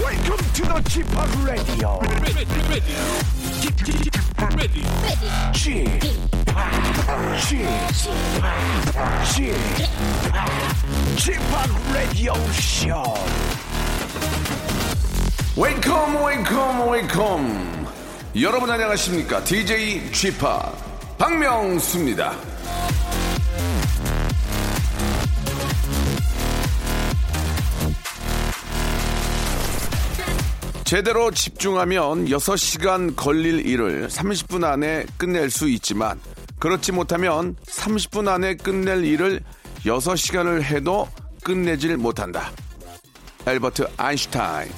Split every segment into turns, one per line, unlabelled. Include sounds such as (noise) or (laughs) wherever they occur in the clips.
Welcome to the g p Hop Radio.
ready, ready, ready, ready.
g p Hop, g p Hop, g p Hop, g p Hop Radio Show.
웨이컴 웨이컴 웨이컴 여러분 안녕하십니까 DJ g p o 박명수입니다 제대로 집중하면 6시간 걸릴 일을 30분 안에 끝낼 수 있지만 그렇지 못하면 30분 안에 끝낼 일을 6시간을 해도 끝내질 못한다 앨버트 아인슈타인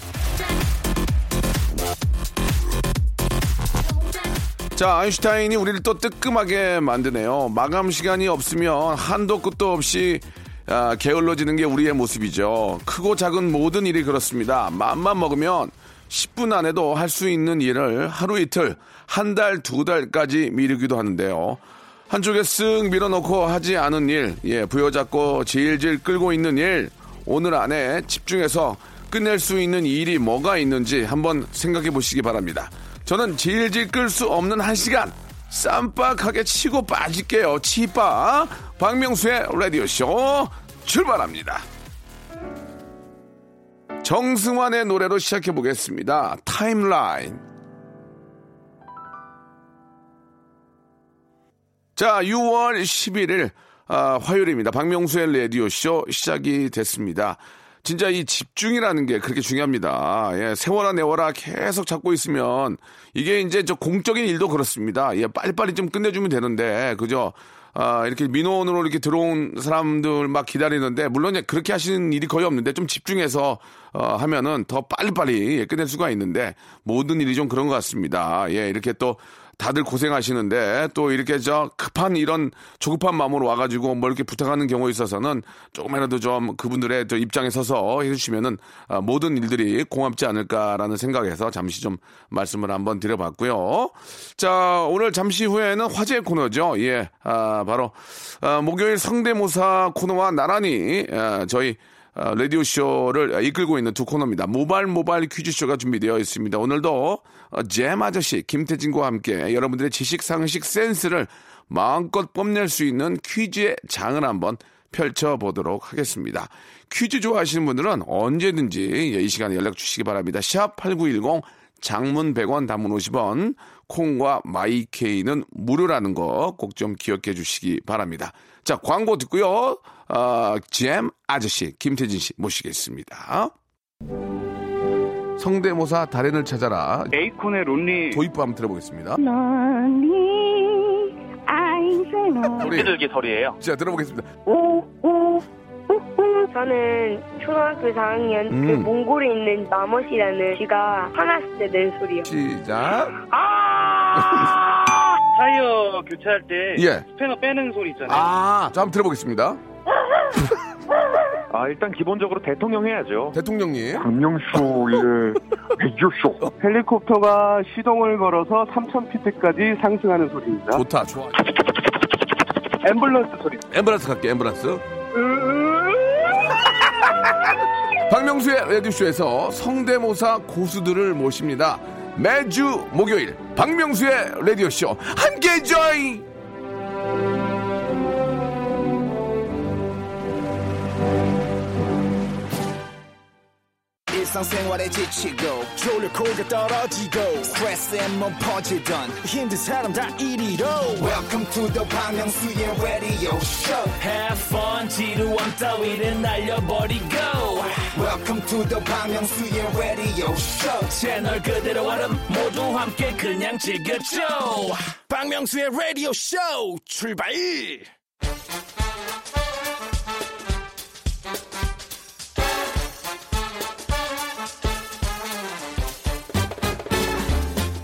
자, 아인슈타인이 우리를 또 뜨끔하게 만드네요. 마감 시간이 없으면 한도 끝도 없이 아, 게을러지는 게 우리의 모습이죠. 크고 작은 모든 일이 그렇습니다. 맘만 먹으면 10분 안에도 할 수 있는 일을 하루 이틀, 한 달, 두 달까지 미루기도 하는데요. 한쪽에 쓱 밀어놓고 하지 않은 일, 예, 부여잡고 질질 끌고 있는 일, 오늘 안에 집중해서 끝낼 수 있는 일이 뭐가 있는지 한번 생각해 보시기 바랍니다. 저는 질질 끌 수 없는 한 시간 쌈박하게 치고 빠질게요. 치빠 박명수의 라디오 쇼 출발합니다. 정승환의 노래로 시작해 보겠습니다. 타임라인. 자, 6월 11일 아, 화요일입니다. 박명수의 라디오 쇼 시작이 됐습니다. 진짜 이 집중이라는 게 그렇게 중요합니다. 예, 세워라 내워라 계속 잡고 있으면 이게 이제 저 공적인 일도 그렇습니다. 예, 빨리빨리 좀 끝내주면 되는데 그죠? 아, 이렇게 민원으로 이렇게 들어온 사람들 막 기다리는데 물론 이제 그렇게 하시는 일이 거의 없는데 좀 집중해서 어, 하면은 더 빨리빨리 예, 끝낼 수가 있는데 모든 일이 좀 그런 것 같습니다. 예, 이렇게 또 다들 고생하시는데 또 이렇게 저 급한 이런 조급한 마음으로 와가지고 뭐 이렇게 부탁하는 경우에 있어서는 조금이라도 좀 그분들의 저 입장에 서서 해주시면은 아, 모든 일들이 공합지 않을까라는 생각에서 잠시 좀 말씀을 한번 드려봤고요. 자 오늘 잠시 후에는 화제 코너죠. 예, 아, 바로 아, 목요일 성대모사 코너와 나란히 아, 저희 어, 라디오 쇼를 이끌고 있는 두 코너입니다. 모발 모발 퀴즈 쇼가 준비되어 있습니다. 오늘도 어, 잼 아저씨 김태진과 함께 여러분들의 지식 상식 센스를 마음껏 뽐낼 수 있는 퀴즈의 장을 한번 펼쳐보도록 하겠습니다. 퀴즈 좋아하시는 분들은 언제든지 예, 이 시간에 연락 주시기 바랍니다. 샵 8910 장문 100원 단문 50원 콩과 마이케이는 무료라는 거 꼭 좀 기억해 주시기 바랍니다. 자 광고 듣고요. 어, GM 아저씨 김태진 씨 모시겠습니다. 성대모사 달인을 찾아라
네. 에이콘의 론리
도입부 한번 들어보겠습니다.
넌이 아인세노
우리
삐들기 소리예요.
자 들어보겠습니다.
저는 초등학교 4학년 그
음.
몽골에 있는 마멋이라는 쥐가 화났을 때 낸 소리요.
시작.
타이어 교체할 때
예.
스패너 빼는 소리 있잖아요.
아, 자 한번 들어보겠습니다.
아 일단 기본적으로 대통령 해야죠.
대통령님. (laughs)
박명수의 백교쇼. 헬리콥터가 시동을 걸어서 3,000피트까지 상승하는 소리입니다.
좋다, 좋아.
앰뷸런스 소리.
엠브란스 갈게, 엠브란스. 박명수의 라디오쇼에서 성대모사 고수들을 모십니다. 매주 목요일, 박명수의 라디오쇼. 함께 해 join!
일상생활에 지치고, 졸려 코가 떨어지고, 스트레스에 몸 퍼지던, 힘든 사람 다 이리로. welcome to the Bang Myung-soo's radio show
Have fun 지루함 따위를 날려버리고
welcome to the Bang Myung-soo's radio show
채널 그대로 얼음 모두 함께 그냥 즐겨줘 박명수의 라디오 쇼 출발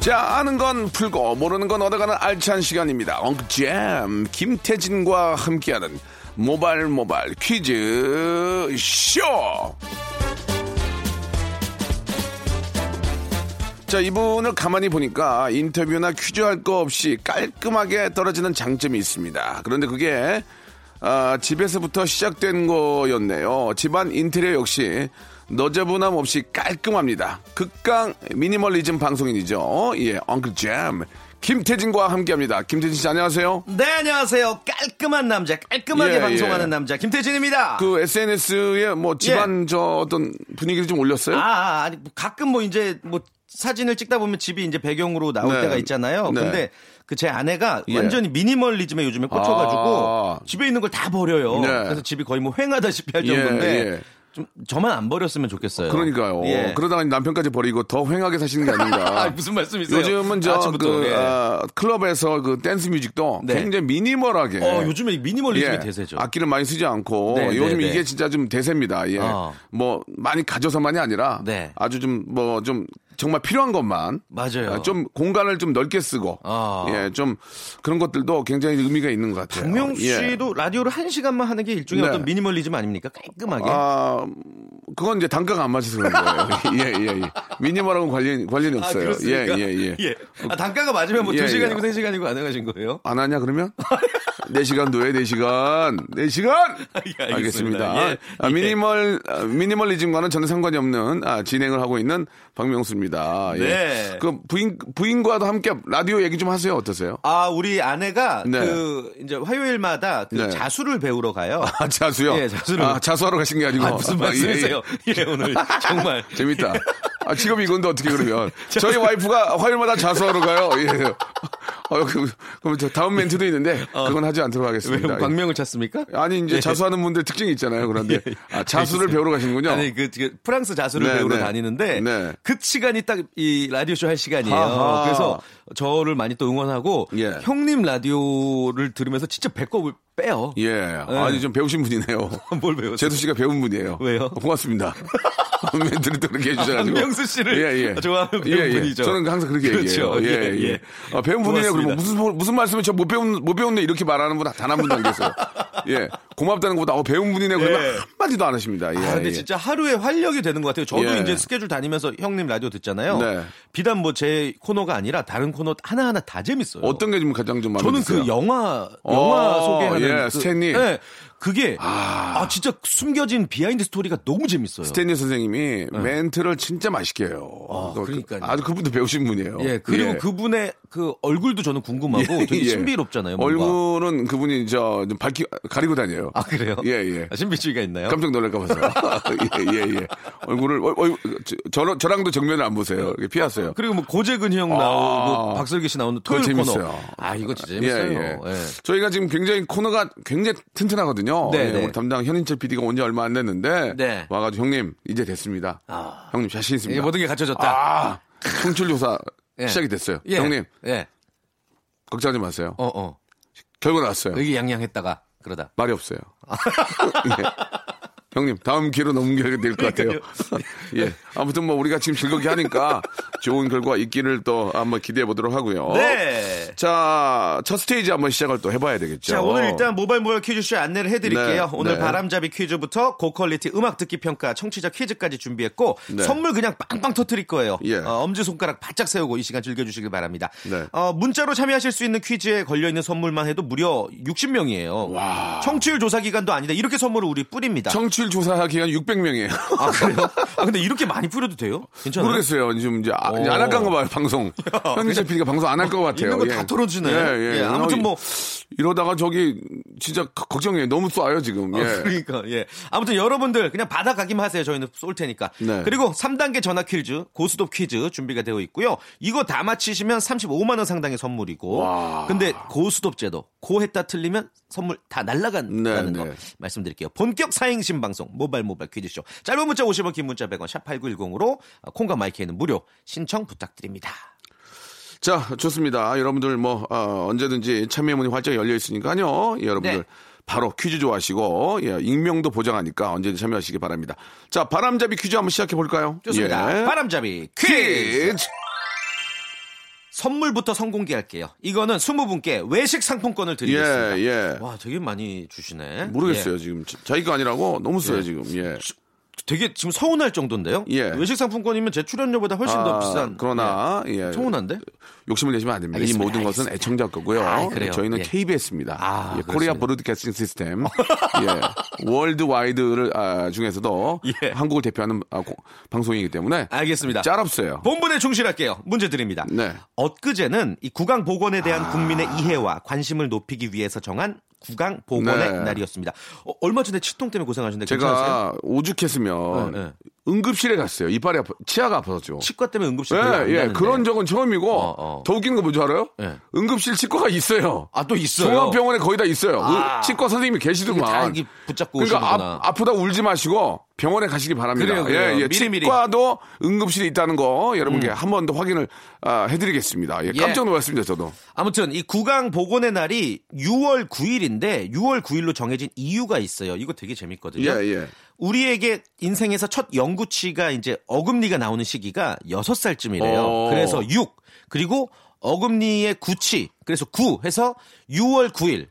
자, 아는 건 풀고 모르는 건 얻어가는 알찬 시간입니다. 엉잼 김태진과 함께하는 모발 모발 퀴즈 쇼. 자, 이분을 가만히 보니까 인터뷰나 퀴즈 할 거 없이 깔끔하게 떨어지는 장점이 있습니다. 그런데 그게 아, 집에서부터 시작된 거였네요. 집안 인테리어 역시 너제부남 없이 깔끔합니다. 극강 미니멀리즘 방송인이죠. 예, 엉클 잼. 김태진과 함께합니다. 김태진 씨 안녕하세요.
네, 안녕하세요. 깔끔한 남자, 깔끔하게
예,
방송하는
예.
남자, 김태진입니다.
그 SNS에 뭐 집안 저 어떤 분위기를 좀 올렸어요?
예. 아, 아, 아니, 뭐 가끔 뭐 이제 뭐 사진을 찍다 보면 집이 이제 배경으로 나올
네.
때가 있잖아요.
네.
근데 그 제 아내가
예.
완전히 미니멀리즘에 요즘에 꽂혀가지고
아.
집에 있는 걸 다 버려요.
네.
그래서 집이 거의 뭐 횡하다시피 할
예,
정도인데
예.
좀 저만 안 버렸으면 좋겠어요.
그러니까요.
예.
그러다가 남편까지 버리고 더 휑하게
(laughs)
사시는 게
아,
아닌가.
무슨 말씀이세요?
요즘은 저
아침부터,
그,
예.
아, 클럽에서 그 댄스 뮤직도
네.
굉장히 미니멀하게.
어, 요즘에 미니멀리즘이
예,
대세죠.
악기를 많이 쓰지 않고
네,
요즘
네, 네.
이게 진짜 좀 대세입니다. 예.
어.
뭐 많이 가져서만이 아니라
네.
아주 좀 뭐 좀 정말 필요한 것만
맞아요.
아, 좀 공간을 좀 넓게 쓰고
아.
예, 좀 그런 것들도 굉장히 의미가 있는 것 같아요.
박명
예.
씨도 라디오를 한 시간만 하는 게 일종의
네.
어떤 미니멀리즘 아닙니까? 깔끔하게.
아, 그건 이제 단가가 안 맞아서 그런
(laughs)
거예요. 예, 예, 예. 미니멀하고 관련, 관련이
아,
없어요. 예,
그렇습니까?
예,
(laughs)
예,
아, 단가가 맞으면 뭐
예,
두
예.
2시간이고 세 3시간이고 가능하신 거예요?
안 하냐, 그러면? 네시간도 해, 네시간네시간
(laughs) 예, 알겠습니다. 예,
아,
예.
미니멀, 아, 미니멀리즘과는 전혀 상관이 없는 아, 진행을 하고 있는 박명수입니다. 예.
네.
그 부인, 부인과도 함께 라디오 얘기 좀 하세요. 어떠세요?
아, 우리 아내가
네.
그 이제 화요일마다 그
네.
자수를 배우러 가요.
아, 자수요?
예, 자수를.
아, 자수하러 가신 게 아니고.
아, 무슨 말씀이세요?
예, 예.
예, 오늘
(laughs)
정말 (laughs)
재밌다. 아, 직업이 이건데 어떻게 그러면. 저희 와이프가 화요일마다 자수하러 가요. 예. 어, 그, 그럼 저 다음 멘트도 있는데 그건 하지 않도록
어. 왜
하겠습니다. 예.
광명을 찾습니까? 예.
아니 이제 자수하는 분들 특징이 있잖아요. 그런데 아, 자수를 배우러 가시는군요.
아니 그, 그 프랑스 자수를
네,
배우러
네.
다니는데
네.
그 시간이 딱 이 라디오 쇼 할 시간이에요.
아하.
그래서 저를 많이 또 응원하고
예.
형님 라디오를 들으면서 진짜 배꼽을 빼요. (laughs)
예. 아니 좀 배우신 분이네요.
뭘 배웠어요?
제수 씨가 배운 분이에요.
왜요? (laughs)
고맙습니다. 멘트를 또 그렇게 해주셔가지고.
박명수 씨를 좋아하는 배운
예, 예.
분이죠.
저는 항상 그렇게
그렇죠.
얘기해요. 예,
예,
예.
예.
아, 배운 분이네요.
고맙습니다.
그러면 무슨, 무슨 말씀을 저 못 배운, 못 배웠네 이렇게 말하는 분 단 한 분도 안 계세요. 예. 고맙다는 것보다 어, 배운 분이네요. 그러면
예.
한마디도 안 하십니다. 예.
아, 근데
예.
진짜 하루에 활력이 되는 것 같아요. 저도
예.
이제 스케줄 다니면서 형님 라디오 듣잖아요.
네.
비단 뭐 제 코너가 아니라 다른 코너 하나하나 다 재밌어요.
어떤 게 좀 가장 좀 마음에
저는
드세요?
그 영화
어,
영화 소개하는
예,
그,
스탠리.
예, 그게 아... 진짜 숨겨진 비하인드 스토리가 너무 재밌어요.
스탠리 선생님이 멘트를 진짜 맛있게 해요. 그-
예. 그러니까요.
아주 그분도 배우신 분이에요.
예 그리고 그분의 그 얼굴도 저는 궁금하고
(laughs)
되게
예.
신비롭잖아요. 뭔가.
얼굴은 그분이 저좀 밝히 가리고 다녀요.
아 그래요?
예, 예.
아, 신비주의가 있나요?
깜짝 놀랄까
(laughs)
봐서. (laughs) 예, 예, 예. 얼굴을 어, 어, 저, 저랑도 정면을 안 보세요. 이게 피하세요.
그리고 뭐 고재근 형 나오고 박설기 씨 나오는 토요일
아. 그거
코너.
재밌어요.
아 이거 진짜 재밌어요. 예.
저희가 지금 굉장히 코너가 굉장히 튼튼하거든요.
네,
예,
네.
우리 담당 현인철 PD가 온 지 얼마 안 됐는데
네.
와가지고 형님 이제 됐습니다.
아.
형님 자신
이게
있습니다.
모든 게 갖춰졌다.
아, 성출 조사
예.
시작이 됐어요.
예.
형님
예.
걱정하지 마세요.
어, 어.
결과 나왔어요.
여기 양양했다가 그러다.
말이 없어요. (laughs) 예. 형님 다음 기회로 넘겨야 될 것 같아요. (laughs) 예. 아무튼 뭐 우리가 지금 즐겁게 하니까 좋은 결과 있기를 또 한번 기대해 보도록 하고요.
네.
자, 첫 스테이지 한번 시작을 또 해봐야 되겠죠.
자, 오늘 일단 모바일 모바일 퀴즈쇼 안내를 해드릴게요.
어. 네,
오늘
네.
바람잡이 퀴즈부터 고퀄리티 음악 듣기 평가, 청취자 퀴즈까지 준비했고,
네.
선물 그냥 빵빵 터트릴 거예요.
예.
어, 엄지손가락 바짝 세우고 이 시간 즐겨주시길 바랍니다.
네.
어, 문자로 참여하실 수 있는 퀴즈에 걸려있는 선물만 해도 무려 60명이에요.
와.
청취율 조사 기간도 아니다. 이렇게 선물을 우리 뿌립니다.
청취율 조사 기간 600명이에요.
아, 그래요? 아, 근데 이렇게 많이 뿌려도 돼요? 괜찮아요?
모르겠어요. 지금 이제 아, 이제 안 할까 봐 봐요,
(laughs)
방송. 현기철 PD가 방송 안 할 것 같아요.
그러니까 있는 거다 털어주네. 예, 아무튼 뭐-
이러다가 저기 진짜 거- 걱정이에요. 너무 쏴요, 지금.
아,
예.
그러니까 예. 아무튼 여러분들 그냥 받아가기만 하세요. 저희는 쏠 테니까.
네.
그리고 3단계 전화 퀴즈, 고스톱 퀴즈 준비가 되어 있고요. 이거 다 맞히시면 35만 원 상당의 선물이고.
와.
근데 고스톱 제도 고했다 틀리면 선물 다 날라간다는
네,
거
네.
말씀드릴게요. 본격 사행신 방송 모발 모발 퀴즈쇼. 짧은 문자 50원, 긴 문자 100원, 샵 8910으로 콩과 마이크에는 무료 신청 부탁드립니다.
자, 좋습니다. 여러분들 뭐 어, 언제든지 참여문이 활짝 열려 있으니까요. 예, 여러분들
네.
바로 퀴즈 좋아하시고 예, 익명도 보장하니까 언제든 참여하시기 바랍니다. 자, 바람잡이 퀴즈 한번 시작해 볼까요?
좋습니다.
예.
바람잡이 퀴즈.
퀴즈.
선물부터 선공개할게요. 이거는 20분께 외식 상품권을 드리겠습니다.
예, 예.
와, 되게 많이 주시네.
모르겠어요
예.
지금 자- 자기 거 아니라고 너무 써요 지금. 예.
되게 지금 서운할 정도인데요.
예.
외식 상품권이면 제 출연료보다 훨씬
아,
더 비싼.
그러나 예.
서운한데?
욕심을 내시면 안 됩니다.
알겠습니다.
이 모든 것은 애청자 거고요.
아, 그래요?
저희는
예.
KBS입니다. 예,
아,
코리아
그렇습니다.
브로드캐스팅 시스템.
(laughs)
예. 월드와이드를 아, 중에서도
예.
한국을 대표하는 아, 고- 방송이기 때문에
알겠습니다. 뭐,
짤 없어요.
본분에 충실할게요. 문제 드립니다.
네. 아.
엊그제는 이 구강 보건에 대한 국민의 이해와 관심을 높이기 위해서 정한 구강 보건의
네.
날이었습니다. 어, 얼마 전에 치통 때문에 고생하셨는데 괜찮으세요?
제가 오죽했으면
네, 네.
응급실에 갔어요. 이빨이 아파, 치아가 아파서죠.
치과 때문에 응급실 별로
예,
안
예.
가는데.
그런 적은 처음이고
어, 어.
더 웃긴 거 뭔지 알아요?
예.
응급실 치과가 있어요.
아, 또 있어요?
종합병원에 거의 다 있어요.
아.
의- 치과 선생님이 계시더만.
이게 다 이게 붙잡고 오시는구나.
그러니까 아, 프다 울지 마시고 병원에 가시기 바랍니다.
그래요, 그래요.
예, 예.
미리미리. 음.
치과도 응급실이 있다는 거 여러분께 한 번 더 확인을 아, 해드리겠습니다. 예, 깜짝 놀랐습니다, 저도.
아무튼 이 구강 보건의 날이 6월 9일인데 6월 9일로 정해진 이유가 있어요. 이거 되게 재밌거든요.
예, 예.
우리에게 인생에서 첫 영구치가 이제 어금니가 나오는 시기가 6살쯤이래요.
어.
그래서 6 그리고 어금니의 구치 그래서 9 해서 6월 9일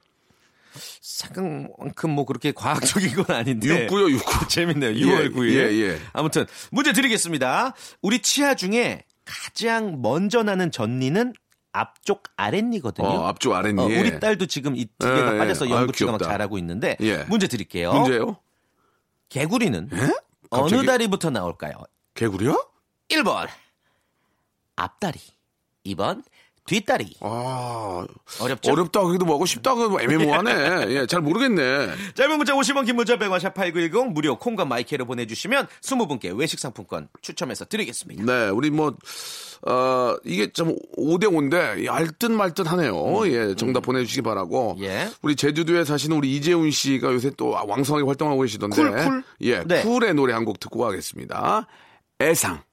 생각만큼 뭐 그렇게 과학적인 건 아닌데
육구요, 육구.
(laughs) 재밌네요.
예,
6월 9일.
예, 예.
아무튼 문제 드리겠습니다. 우리 치아 중에 가장 먼저 나는 전니는 앞쪽 아랫니거든요.
어, 앞쪽 아랫니.
어, 우리 딸도 지금 이 두 개가
예, 예.
빠져서
아유,
연구치가 막
귀엽다.
잘하고 있는데
예.
문제 드릴게요.
문제요?
개구리는 어느
갑자기?
다리부터 나올까요?
개구리요?
1번 앞다리, 2번 뒷다리.
아,
어렵죠?
어렵다고 해도 뭐하고 쉽다고 해도 애매모호하네. 예, 잘 모르겠네.
짧은 문자 50원, 긴 문자 100원, 샵8910 무료 콩과 마이크로 보내주시면 20분께 외식 상품권 추첨해서 드리겠습니다.
네, 우리 뭐, 어, 이게 참 5대5인데, 알듯 말듯 하네요. 예, 정답 보내주시기 바라고.
음. 예.
우리 제주도에 사시는 우리 이재훈 씨가 요새 또 왕성하게 활동하고 계시던데.
쿨, 쿨?
예,
네.
쿨의 노래 한 곡 듣고 가겠습니다. 애상.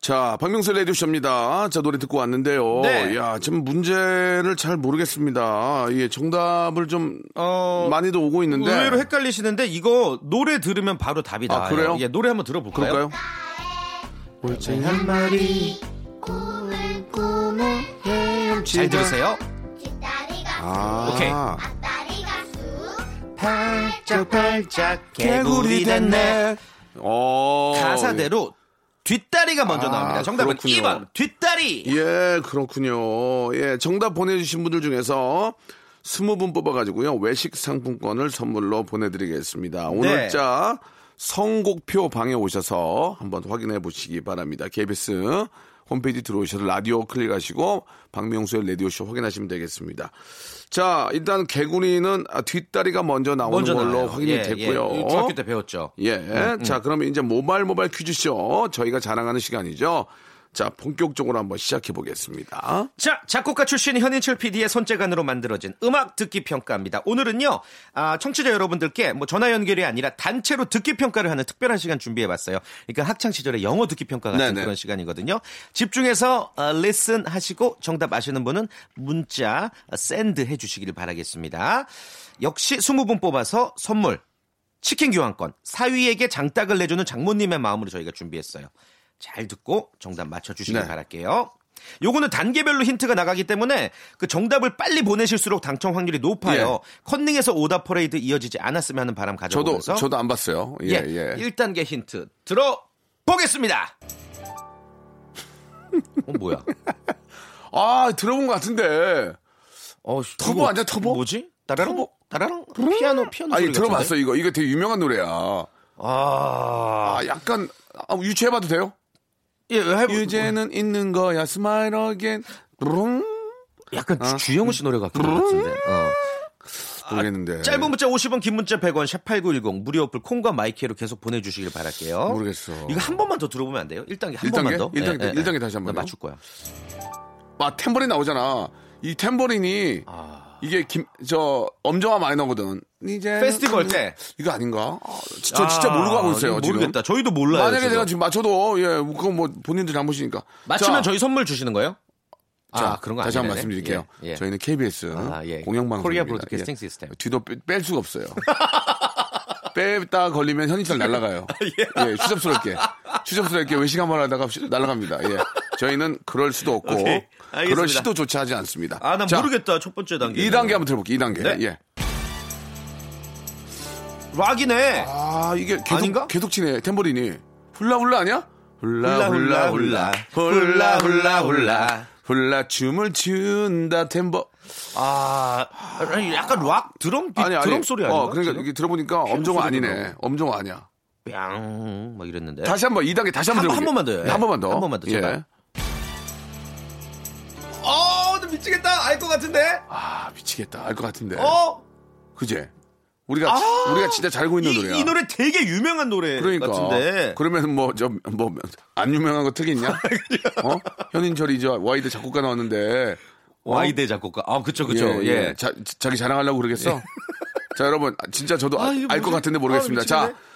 자, 박명수 레디오쇼입니다. 자, 노래 듣고 왔는데요.
네.
야, 지금 문제를 잘 모르겠습니다. 예, 정답을 좀
어,
많이도 오고 있는데.
의외로 헷갈리시는데 이거 노래 들으면 바로 답이
아,
나와요.
그래요?
예, 노래 한번 들어볼까요?
그럴까요?
잘 들으세요.
아.
오케이. 팔짝팔짝 개구리 됐네.
어.
가사대로 뒷다리가 먼저
아,
나옵니다. 정답은
그렇군요.
2번 뒷다리.
예, 그렇군요. 예, 정답 보내주신 분들 중에서 스무 분 뽑아가지고요. 외식 상품권을 선물로
네.
보내드리겠습니다. 오늘 자, 성곡표 방에 오셔서 한번 확인해 보시기 바랍니다. KBS 홈페이지 들어오셔서 라디오 클릭하시고 박명수의 라디오쇼 확인하시면 되겠습니다. 자, 일단 개구리는 아, 뒷다리가 먼저 나오는 걸로
나와요.
확인이
예, 예.
됐고요.
이거 중학교 때 배웠죠.
예.
음,
자, 그러면 이제 모발 모발 퀴즈쇼 저희가 자랑하는 시간이죠. 자, 본격적으로 한번 시작해 보겠습니다.
자, 작곡가 출신 현인철 PD의 손재간으로 만들어진 음악 듣기 평가입니다. 오늘은요, 아, 청취자 여러분들께 뭐 전화 연결이 아니라 단체로 듣기 평가를 하는 특별한 시간 준비해봤어요. 그러니까 학창 시절의 영어 듣기 평가 같은
네네.
그런 시간이거든요. 집중해서 어, 리슨 하시고 정답 아시는 분은 문자 어, 샌드 해주시길 바라겠습니다. 역시 20분 뽑아서 선물 치킨 교환권 사위에게 장닭을 내주는 장모님의 마음으로 저희가 준비했어요. 잘 듣고 정답 맞춰주시길
네.
바랄게요. 요거는 단계별로 힌트가 나가기 때문에 그 정답을 빨리 보내실수록 당첨 확률이 높아요. 컨닝에서 오답 퍼레이드 이어지지 않았으면 하는 바람
예. 저도
가져보면서
저도 안 봤어요. 예,
예,
예.
1단계 힌트 들어보겠습니다. 어 뭐야?
아, 들어본 것 같은데.
어,
터보
이거
아니야, 터보?
뭐지? 따라랑
터보?
따라랑 피아노 피아노
아니,
소리
들어봤어.
같은데?
이거. 이거 되게 유명한 노래야.
아,
아, 약간 아, 유추해 봐도 돼요?
예, 해
유죄는 있는 거야. 스마일 어겐. 룽
약간
어?
주- 주영우 씨 노래 같긴 한 같은데. 어.
모르겠는데.
짧은 문자 50원, 긴 문자 100원, 샵8910 무료 어플 콩과 마이크로 계속 보내주시길 바랄게요.
모르겠어.
이거 한 번만 더 들어보면 안 돼요? 1단계 한
1단계?
번만 더. 예,
1단계, 1단계 다시 한번
나
더.
맞출 거야.
아, 탬버린 나오잖아. 이 탬버린이
아.
이게 김 저 엄정화 많이 나오거든. 이제
페스티벌 때.
이거 아닌가? 아, 진짜 진짜
아,
모르고 하고 있어요.
이거
지금.
모르겠다. 저희도 몰라요.
만약에
지금.
내가 지금 맞춰도 예, 그건 뭐 본인들 잘못이니까. 자,
맞추면 저희 선물 주시는 거예요?
자,
아, 그런 거
다시 한번
아니네.
말씀드릴게요.
예, 예.
저희는 예. KBS
아, 예.
공영방송
코리아 브로드캐스팅 시스템.
뒤도 빼- 뺄 수가 없어요. (laughs) 빼다 걸리면 현인철
(laughs)
날라가요.
아,
예, 추접스럽게 추접스럽게 외식 한번 하다가 쉬- 날라갑니다. 예, 저희는 그럴 수도 없고
오케이, 알겠습니다.
그럴 시도조차 하지 않습니다.
아, 난 네.
자,
모르겠다. 첫 번째 단계.
예. 2단계 한번 들어볼게요. 2단계.
네.
예.
락이네.
아 이게 계속
아닌가?
계속 치네 탬버린이. 훌라훌라 아니야? 훌라 훌라 훌라 훌라
훌라,
훌라
훌라,
훌라
훌라.
훌라 춤을 춘다 템버
아, 아니, 약간 락 드럼 비-
아니 아니
드럼 소리 아니야?
어 그러니까 이게 들어보니까 엄정화 아니네 엄정화 아니야
뺨막 이랬는데.
다시 한번 2단계 다시 한번
예? 한, 한 번만 더요.
네, 한 번만 더.
한 번만 더,
예.
제발. 어, 나 미치겠다. 알 것 같은데.
아 미치겠다. 알 것 같은데.
어, 아!
그지? 우리가 지- 우리가 진짜 잘 알고 있는
이,
노래야.
이 노래 되게 유명한 노래
그러니까.
같은데.
그러면 뭐 뭐저뭐안 유명한 거
(laughs)
특이 있냐? 어? 현인철이 저 와이드 작곡가 나왔는데
와이드 작곡가. 아, 그쵸, 그쵸. 예.
자, 기 자랑하려고 그러겠어? (laughs) 자, 여러분, 진짜 저도
아, 이게
알 것
뭐지?
같은데 모르겠습니다.
아,
자,
미치겠네.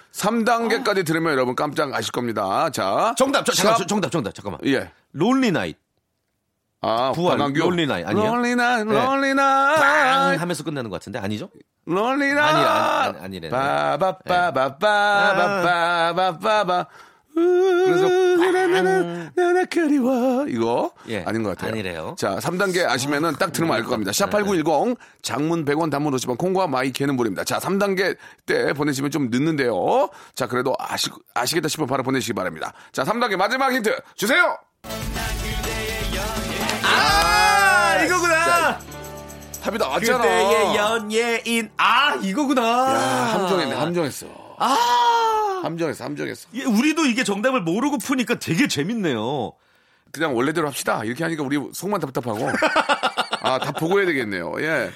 3단계까지 들으면 여러분 깜짝 아실 겁니다. 자.
정답, 저,
샵-
잠깐, 저, 정답, 정답. 잠깐만.
예.
론리 나잇.
아,
부활,
방광규.
롤리 나이 아니에요?
롤리 나이,
네.
롤리
빵
나이.
하면서 끝나는 것 같은데 아니죠?
롤리 나이.
아니, 아니, 아니, 아니래요. 예. 아.
바바바바바바바바바.
그래서 아.
나나나, 나나 그리워. 이거
예.
아닌 것 같아요.
아니래요.
자, 3단계 아시면은 딱 들으면 알 것 겁니다. 샵8910 장문 100원 단문 50원 콩과 마이케는 무료입니다. 자, 3단계 때 보내시면 좀 늦는데요. 자, 그래도 아시, 아시겠다 싶으면 바로 보내시기 바랍니다. 자, 3단계 마지막 힌트 주세요.
아, 이거구나.
답이 나왔잖아.
그때의 연예인. 아, 이거구나.
야, 함정했네. 함정했어.
아.
함정했어. 함정했어.
예, 우리도 이게 정답을 모르고 푸니까 되게 재밌네요.
그냥 원래대로 합시다. 이렇게 하니까 우리 속만 답답하고. 아, 다 보고 해야 되겠네요. 예.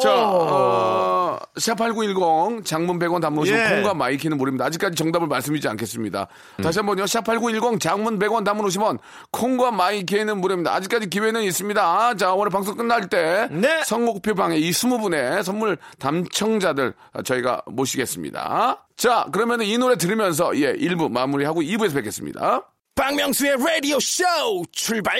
자, 어, 샵8910 장문 100원 단문 50원
예.
콩과 마이키는 무료입니다. 아직까지 정답을 말씀드리지 않겠습니다. 다시 한번요. 샵8910 장문 100원 단문 50원 콩과 마이키는 무료입니다. 아직까지 기회는 있습니다. 자, 오늘 방송 끝날 때
네.
성목표 방에 이 20분의 선물 담청자들 저희가 모시겠습니다. 자, 그러면 이 노래 들으면서 예, 1부 마무리하고 2부에서 뵙겠습니다.
박명수의 라디오 쇼 출발!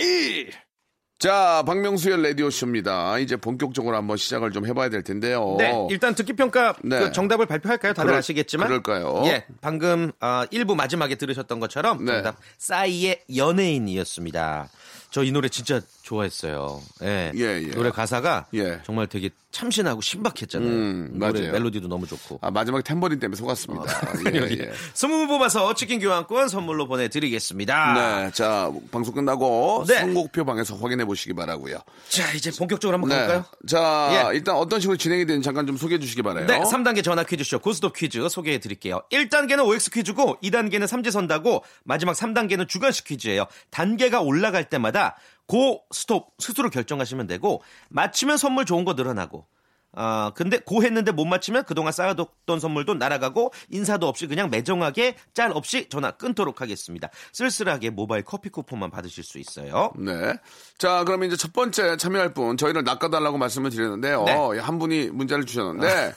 자, 박명수의 라디오쇼입니다. 이제 본격적으로 한번 시작을 좀 해봐야 될 텐데요.
네, 일단 듣기 평가
어. 네.
그 정답을 발표할까요? 다들
그럴-
아시겠지만.
그럴까요?
예, 방금 어, 1부 마지막에 들으셨던 것처럼
네.
정답 싸이의 연예인이었습니다. 저 이 노래 진짜 좋아했어요. 예.
예, 예.
노래 가사가
예.
정말 되게 참신하고 신박했잖아요.
음,
노래
맞아요.
멜로디도 너무 좋고.
아, 마지막에 탬버린 때문에 속았습니다.
아,
예, 예.
스무 분 뽑아서 치킨 교환권 선물로 보내드리겠습니다.
네, 자, 방송 끝나고
아. 네.
선곡표 방에서 확인해 보시기 바라고요.
자, 이제 본격적으로 한번
네,
가볼까요?
자,
예.
일단 어떤 식으로 진행이 되는지 잠깐 좀 소개해 주시기 바라요.
네, 3단계 전화 퀴즈쇼 고스톱 퀴즈 소개해 드릴게요. 1단계는 OX 퀴즈고 2단계는 삼지선다고 마지막 3단계는 주관식 퀴즈예요. 단계가 올라갈 때마다 고, 스톱 스스로 결정하시면 되고 맞추면 선물 좋은 거 늘어나고 아 근데 고 했는데 못 맞추면 그동안 쌓아뒀던 선물도 날아가고 인사도 없이 그냥 매정하게 짤 없이 전화 끊도록 하겠습니다. 쓸쓸하게 모바일 커피 쿠폰만 받으실 수 있어요.
네. 자, 그러면 이제 첫 번째 참여할 분, 저희를 낚아달라고 말씀을 드렸는데요.
네.
예, 한 분이 문자를
(laughs)
주셨는데,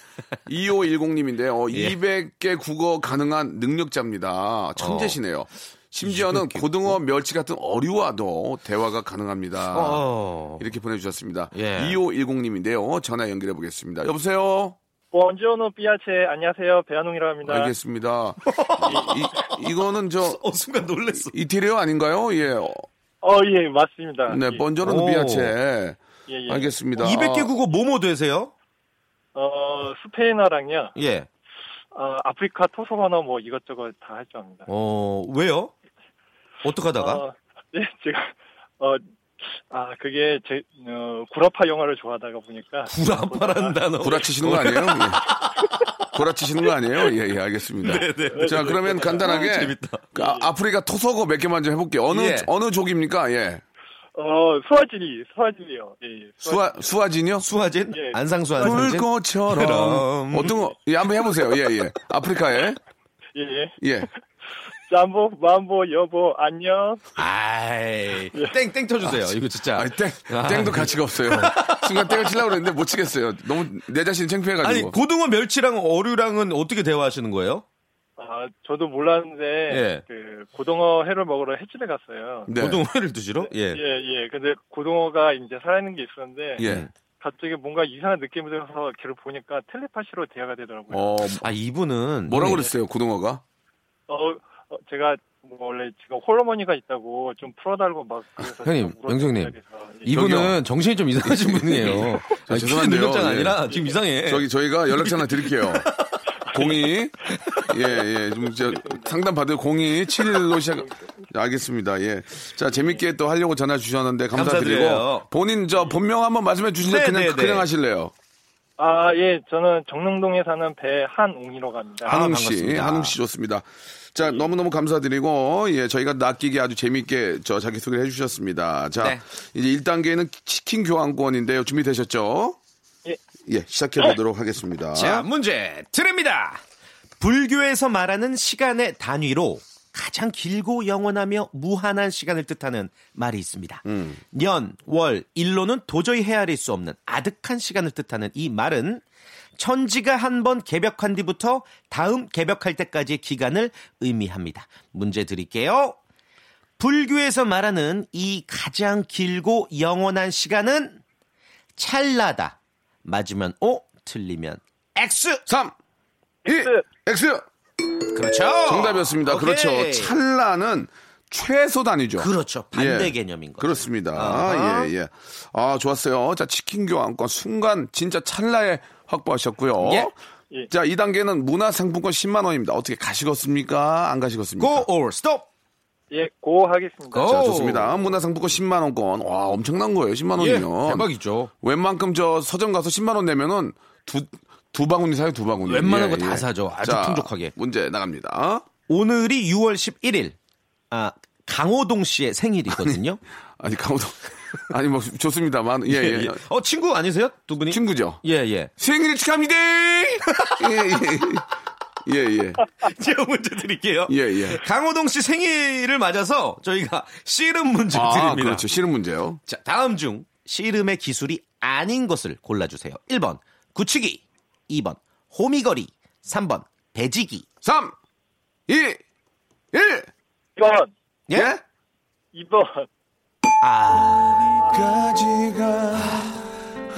2510님인데요.
예.
200개 국어 가능한 능력자입니다. 천재시네요.
어,
심지어는 고등어 멸치 같은 어류와도 대화가 가능합니다.
어.
이렇게 보내주셨습니다.
예.
2510님인데요. 어, 전화 연결해 보겠습니다. 여보세요?
원조노 삐아체 안녕하세요 배한웅이라고 합니다.
알겠습니다. 이, 거는 저,
어 순간 놀랬어.
이태리어 아닌가요? 예. 어,
어예 맞습니다.
네,
예,
번저는
오.
비아체.
예, 예.
알겠습니다.
200개 국어 뭐뭐 되세요?
어 스페인어랑요.
예.
어, 아프리카 토속 언어 뭐 이것저것 다 할 줄 압니다.
어, 왜요? 어떡하다가?
어, 예 제가 어아 그게 제 어, 구라파 영화를 좋아하다가 보니까
구라파라는 단어. (laughs)
구라치시는
네.
거 아니에요? 예. 구라치시는 거 아니에요? 예, 예,
네,
알겠습니다. 자, 그러면 간단하게
아, 재밌다.
그 아, 아프리카 토속어 몇 개만 좀 해볼게요. 어느
예.
어느 족입니까? 예,
어 수아질리 수아질리요. 예, 예
수아 수아진요?
수화진?
예.
네. 안상수 안상진?
불꽃처럼
그럼.
어떤 거? 예, 한번 해보세요. 예, 예. 아프리카에
예, 예.
예.
짬보 만보 여보 안녕.
아이, 땡, 땡 쳐주세요. 이거 진짜.
아, 땡 땡도 가치가 없어요. 순간 땡을 치려고 그랬는데 못 치겠어요. 너무 내 자신
아니,
창피해가지고.
고등어 멸치랑 어류랑은 어떻게 대화하시는 거예요?
아 저도 몰랐는데
예.
그 고등어 회를 먹으러 해질에 갔어요.
네.
고등어를 드시러? 예.
예, 예. 근데 고등어가 이제 살아있는 게 있었는데
음.
예.
갑자기 뭔가 이상한 느낌이 들어서 걔를 보니까 텔레파시로 대화가 되더라고요.
어
아, 이분은.
뭐라고
네.
그랬어요? 고등어가?
어, 어, 제가 뭐 원래 지금 홀어머니가 있다고 좀 풀어달고 막 그래서
형님,
제가 울었던
영정님.
자리에서. 예.
이분은
저기요.
정신이 좀 이상하신 분이에요.
(laughs) 저
아,
죄송한데요.
능력자가
예.
아니라 지금 이상해.
저기 저희가 연락처 하나 드릴게요. 02. 예, 예. 좀 저, 상담 받을 02. 7일로 시작. 알겠습니다. 예. 자, 재밌게 또 하려고 전화 주셨는데 감사드리고.
감사드려요.
본인 저 본명 한번 말씀해 주시죠.
네,
그냥,
네, 네.
그냥 하실래요?
아, 예, 저는 정릉동에 사는 배한웅이라고 합니다.
한웅 씨, 한웅 씨 좋습니다. 자, 너무너무 감사드리고, 예, 저희가 낚이게 아주 재밌게 저 자기소개를 해주셨습니다. 자,
네.
이제 1단계는 치킨 교환권인데요. 준비되셨죠?
예.
예, 시작해 보도록 하겠습니다.
자, 문제 드립니다. 불교에서 말하는 시간의 단위로 가장 길고 영원하며 무한한 시간을 뜻하는 말이 있습니다. 년, 월, 일로는 도저히 헤아릴 수 없는 아득한 시간을 뜻하는 이 말은 천지가 한 번 개벽한 뒤부터 다음 개벽할 때까지의 기간을 의미합니다. 문제 드릴게요. 불교에서 말하는 이 가장 길고 영원한 시간은 찰나다. 맞으면 O, 틀리면 X.
3, 2, X!
그렇죠.
정답이었습니다.
오케이.
그렇죠. 찰나는 최소 단위죠.
그렇죠. 반대
예.
개념인 거죠.
그렇습니다.
아하.
예, 예. 아, 좋았어요. 자, 치킨 교환권 순간 진짜 찰나에 확보하셨고요.
예.
예.
자, 이단계는 문화상품권 10만원입니다. 어떻게 가시겠습니까? 안 가시겠습니까?
Go or stop.
예, 고 하겠습니다.
고.
자, 좋습니다. 문화상품권 10만원권. 와, 엄청난 거예요. 10만원이면.
대박이죠.
웬만큼 저 서점 가서 10만원 내면은 두, 두 바구니 사요, 두 바구니. 예,
웬만한 거다 사죠. 아주 풍족하게.
문제 나갑니다.
오늘이 6월 11일. 아, 강호동 씨의 생일이거든요.
아니, 강호동. 아니, 뭐, 좋습니다만. (laughs) 예, 예.
어, 친구 아니세요? 두 분이?
친구죠.
예, 예.
생일 축하합니다! (laughs) 예, 예. 예, 예.
아, 제가 문제 드릴게요.
예, 예.
강호동 씨 생일을 맞아서 저희가 씨름 문제
아,
드립니다.
그렇죠. 싫은 문제요.
자, 다음 중 씨름의 기술이 아닌 것을 골라주세요. 1번 굳히기, 2번 호미거리, 3번 배지기.
3, 2, 1!
2번,
예?
2번.
아,
호미거리는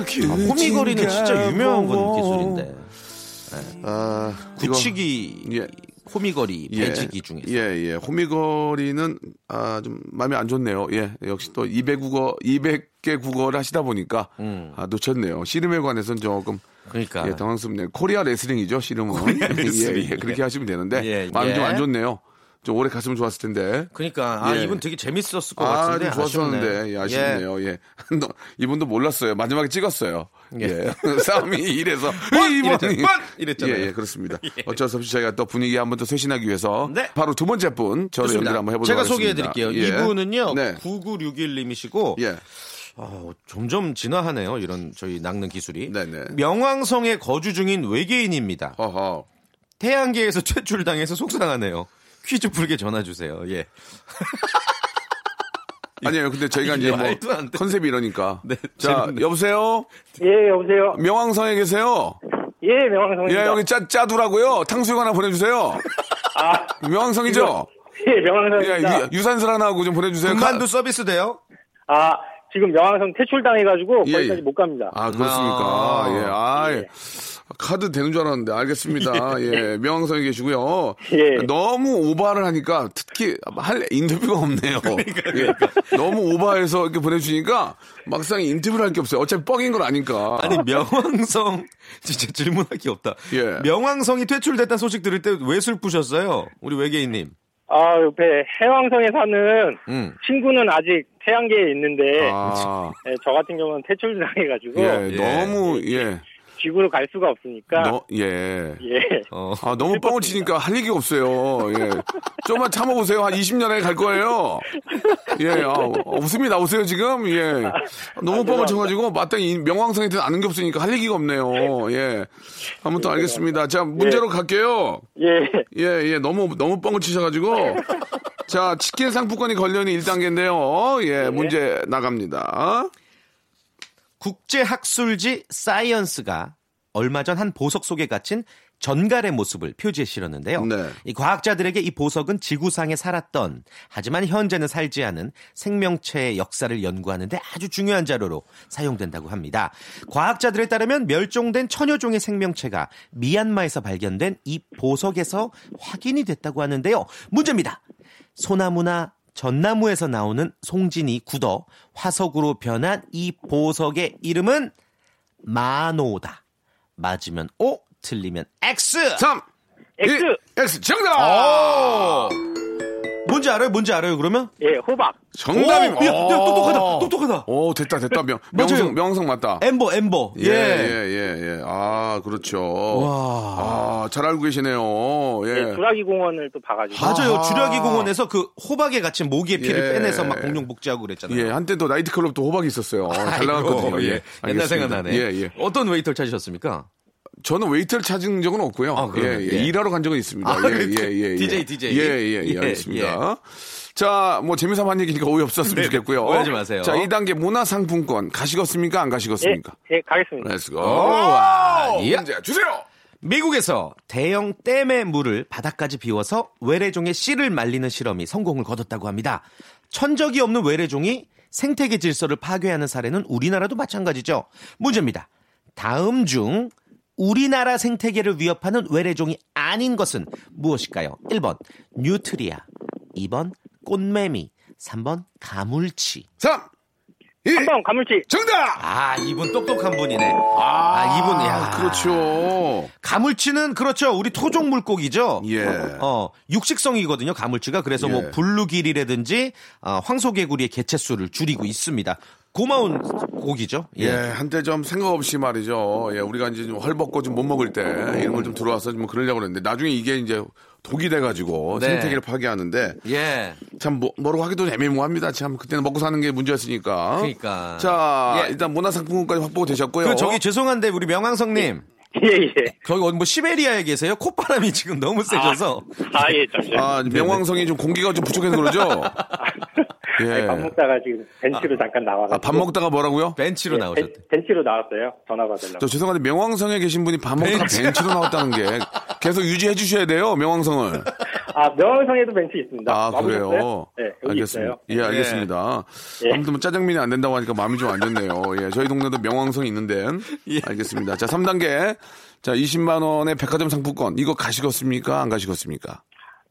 호미거리는 진짜 유명한
뭐,
건 기술인데.
아, 이거-
굳히기,
예.
호미거리,
예.
배지기 중에서.
예, 예. 호미거리는, 아, 좀, 마음에 안 좋네요. 예. 역시 또 200국어, 200개 국어를 하시다 보니까,
음.
아, 놓쳤네요. 씨름에 관해서는 조금.
그러니까.
예, 당황스럽네요. 코리아 레슬링이죠, 씨름은.
코리아 레슬링.
예, 예, 그렇게 하시면 되는데.
예,
마음이
예.
좀 안 좋네요. 좀 오래 갔으면 좋았을 텐데.
그러니까 아
예.
이분 되게 재밌었을 것
아,
같은데
좀 좋았었는데. 예, 아쉽네요. 예. (laughs) 너, 이분도 몰랐어요. 마지막에 찍었어요. 예. (laughs) 싸움이 이래서.
이랬잖아요. (laughs) 뻔! 이랬잖아요.
예, 예,
(laughs)
그렇습니다. 어쩔 수 없이 저희가 또 분위기 한번 더 쇄신하기 위해서.
네.
바로 두 번째 분. 저를
좋습니다.
연결 한번 해보도록
제가
하겠습니다.
소개해드릴게요.
예.
이분은요
네.
9961님이시고
예.
어, 점점 진화하네요. 이런 저희 낚는 기술이.
네네.
명왕성에 거주 중인 외계인입니다.
허허.
태양계에서 (laughs) 퇴출당해서 속상하네요. 퀴즈 풀게 전화 주세요. 예.
아니에요. 근데 저희가
아니,
이제 뭐
말도 안 돼.
컨셉이 이러니까.
네,
자,
재밌네.
여보세요?
예, 여보세요.
명왕성에 계세요?
예, 명왕성입니다.
예, 여기 짜, 짜두라고요. 탕수육 하나 보내주세요. 아. 명왕성이죠?
예,
예,
명왕성입니다.
유, 산슬 하나 하고 좀 보내주세요.
금만두
가-
서비스 돼요?
아, 지금 명왕성 퇴출당해가지고
예,
거기까지
예.
못 갑니다.
아, 그렇습니까.
아.
예, 아, 예. 카드 되는 줄 알았는데, 알겠습니다. 예, 명왕성에 계시고요.
예.
너무 오바를 하니까, 특히, 할 인터뷰가 없네요. 예. 너무 오바해서 이렇게 보내주니까, 막상 인터뷰를 할 게 없어요. 어차피 뻥인 걸 아니까.
아니 (laughs) 명왕성 진짜 질문하기 없다.
예.
명왕성이 퇴출됐다는 소식 들을 때 왜 슬프셨어요? 우리 외계인님.
아, 옆에 해왕성에 사는
음.
친구는 아직 태양계에 있는데
아,
예, 저 같은 경우는 퇴출당해가지고
예,
예.
너무, 예.
지구로 갈 수가 없으니까
너, 예.
예.
어.
아, 너무 뻥을 치니까 할 얘기가 없어요. 예. 좀만 참아보세요. 한 20년에 갈 거예요. 예, 아, 웃음이 나오세요, 지금? 예. 너무 뻥을 쳐가지고, 마땅히 이 명왕성에 대한 아는 게 없으니까 할 얘기가 없네요. 예. 아무튼 알겠습니다. 자, 문제로 갈게요.
예.
예, 예. 너무, 너무 뻥을 치셔가지고. 자, 치킨 상품권이 걸려있는 1단계인데요. 예, 문제 나갑니다.
국제학술지 사이언스가 얼마 전 한 보석 속에 갇힌 전갈의 모습을 표지에 실었는데요.
네.
이 과학자들에게 이 보석은 지구상에 살았던 하지만 현재는 살지 않은 생명체의 역사를 연구하는데 아주 중요한 자료로 사용된다고 합니다. 과학자들에 따르면 멸종된 천여 종의 생명체가 미얀마에서 발견된 이 보석에서 확인이 됐다고 하는데요. 문제입니다. 소나무나 전나무에서 나오는 송진이 굳어 화석으로 변한 이 보석의 이름은 마노다. 맞으면 O, 틀리면 X. 3.
X. X 정답.
뭔지 알아요? 뭔지 알아요? 그러면?
예, 호박.
정답입니다.
오, 야, 야, 어, 똑똑하다. 똑똑하다.
오, 어. 됐다, 됐다. 명,
(laughs) 맞아요.
명성, 명성 맞다.
엠버, 엠버.
예, 예, 예, 예. 아, 그렇죠.
와.
아, 잘 알고 계시네요. 예.
예, 주라기 공원을 또 봐가지고.
맞아요.
아하.
주라기 공원에서 그 호박에 갇힌 모기의 피를
예.
빼내서 막 공룡 복제하고 그랬잖아요.
예, 한때 또 나이트클럽도 호박이 있었어요. 잘
아이고,
나갔거든요.
예.
예. 알겠습니다.
옛날 생각나네.
예, 예.
어떤 웨이터를 찾으셨습니까?
저는 웨이트를 찾은 적은 없고요.
그러면,
예, 예.
예.
일하러 간 적은 있습니다.
아,
예,
그렇게
예, 예, 예.
DJ, DJ.
예, 예, 예,
예,
알겠습니다. 자, 뭐 재미삼아 한 얘기니까 오해 없었으면
네,
좋겠고요.
오해하지 마세요.
자, 2단계 문화상품권 가시겠습니까? 안 가시겠습니까?
예, 가겠습니다.
렛츠고.
오!
문제 주세요.
미국에서 대형 댐의 물을 바닥까지 비워서 외래종의 씨를 말리는 실험이 성공을 거뒀다고 합니다. 천적이 없는 외래종이 생태계 질서를 파괴하는 사례는 우리나라도 마찬가지죠. 문제입니다. 다음 중 우리나라 생태계를 위협하는 외래종이 아닌 것은 무엇일까요? 1번 뉴트리아, 2번 꽃매미, 3번 가물치.
3, 2,
한번 가물치. (laughs)
정답!
아, 이분 똑똑한 분이네. 아, 이분, 야.
그렇죠.
가물치는 그렇죠. 우리 토종 물고기죠.
예.
어, 육식성이거든요. 가물치가 그래서
예.
뭐 블루길이라든지 어, 황소개구리의 개체수를 줄이고 있습니다. 고마운 고기죠.
예,
예.
한때 좀 생각 없이 말이죠. 예, 우리가 이제 좀 헐벗고 좀 못 먹을 때 이런 걸 좀 들어와서 좀 그러려고 그랬는데 나중에 이게 이제 독이 돼가지고
네.
생태계를 파괴하는데
예.
참 뭐, 뭐라고 하기도 애매모호합니다. 참 그때는 먹고 사는 게 문제였으니까.
그러니까.
자,
예.
일단 문화상품권까지 확보되셨고요.
그 저기 죄송한데 우리 명왕성님
예, 예.
저기 어디 뭐 시베리아에 계세요? 콧바람이 지금 너무 세져서
아, 예, 잠시만요.
아, 명왕성이 좀 공기가 좀 부족해서
(laughs)
그러죠?
(laughs) 아니, 밥
예.
먹다가 지금 벤치로 잠깐 나와가지고. 예,
아, 밥 먹다가 뭐라고요?
벤치로 나오셨대.
벤- 벤치로 나왔어요. 전화 받으려고.
저 죄송한데 명왕성에 계신 분이 밥 먹다가
벤치.
벤치로 나왔다는 게 계속 유지해 주셔야 돼요, 명왕성을.
아, 명성에도 벤치 있습니다.
아,
와보셨어요?
그래요?
네, 여기
알겠습니다.
있어요.
예, 알겠습니다.
예.
아무튼 뭐 짜장면이 안 된다고 하니까 마음이 좀 안 좋네요. 예, 저희 동네도 명왕성이 있는데. 알겠습니다. 자, 3단계. 자, 20만원의 백화점 상품권. 이거 가시겠습니까? 안 가시겠습니까?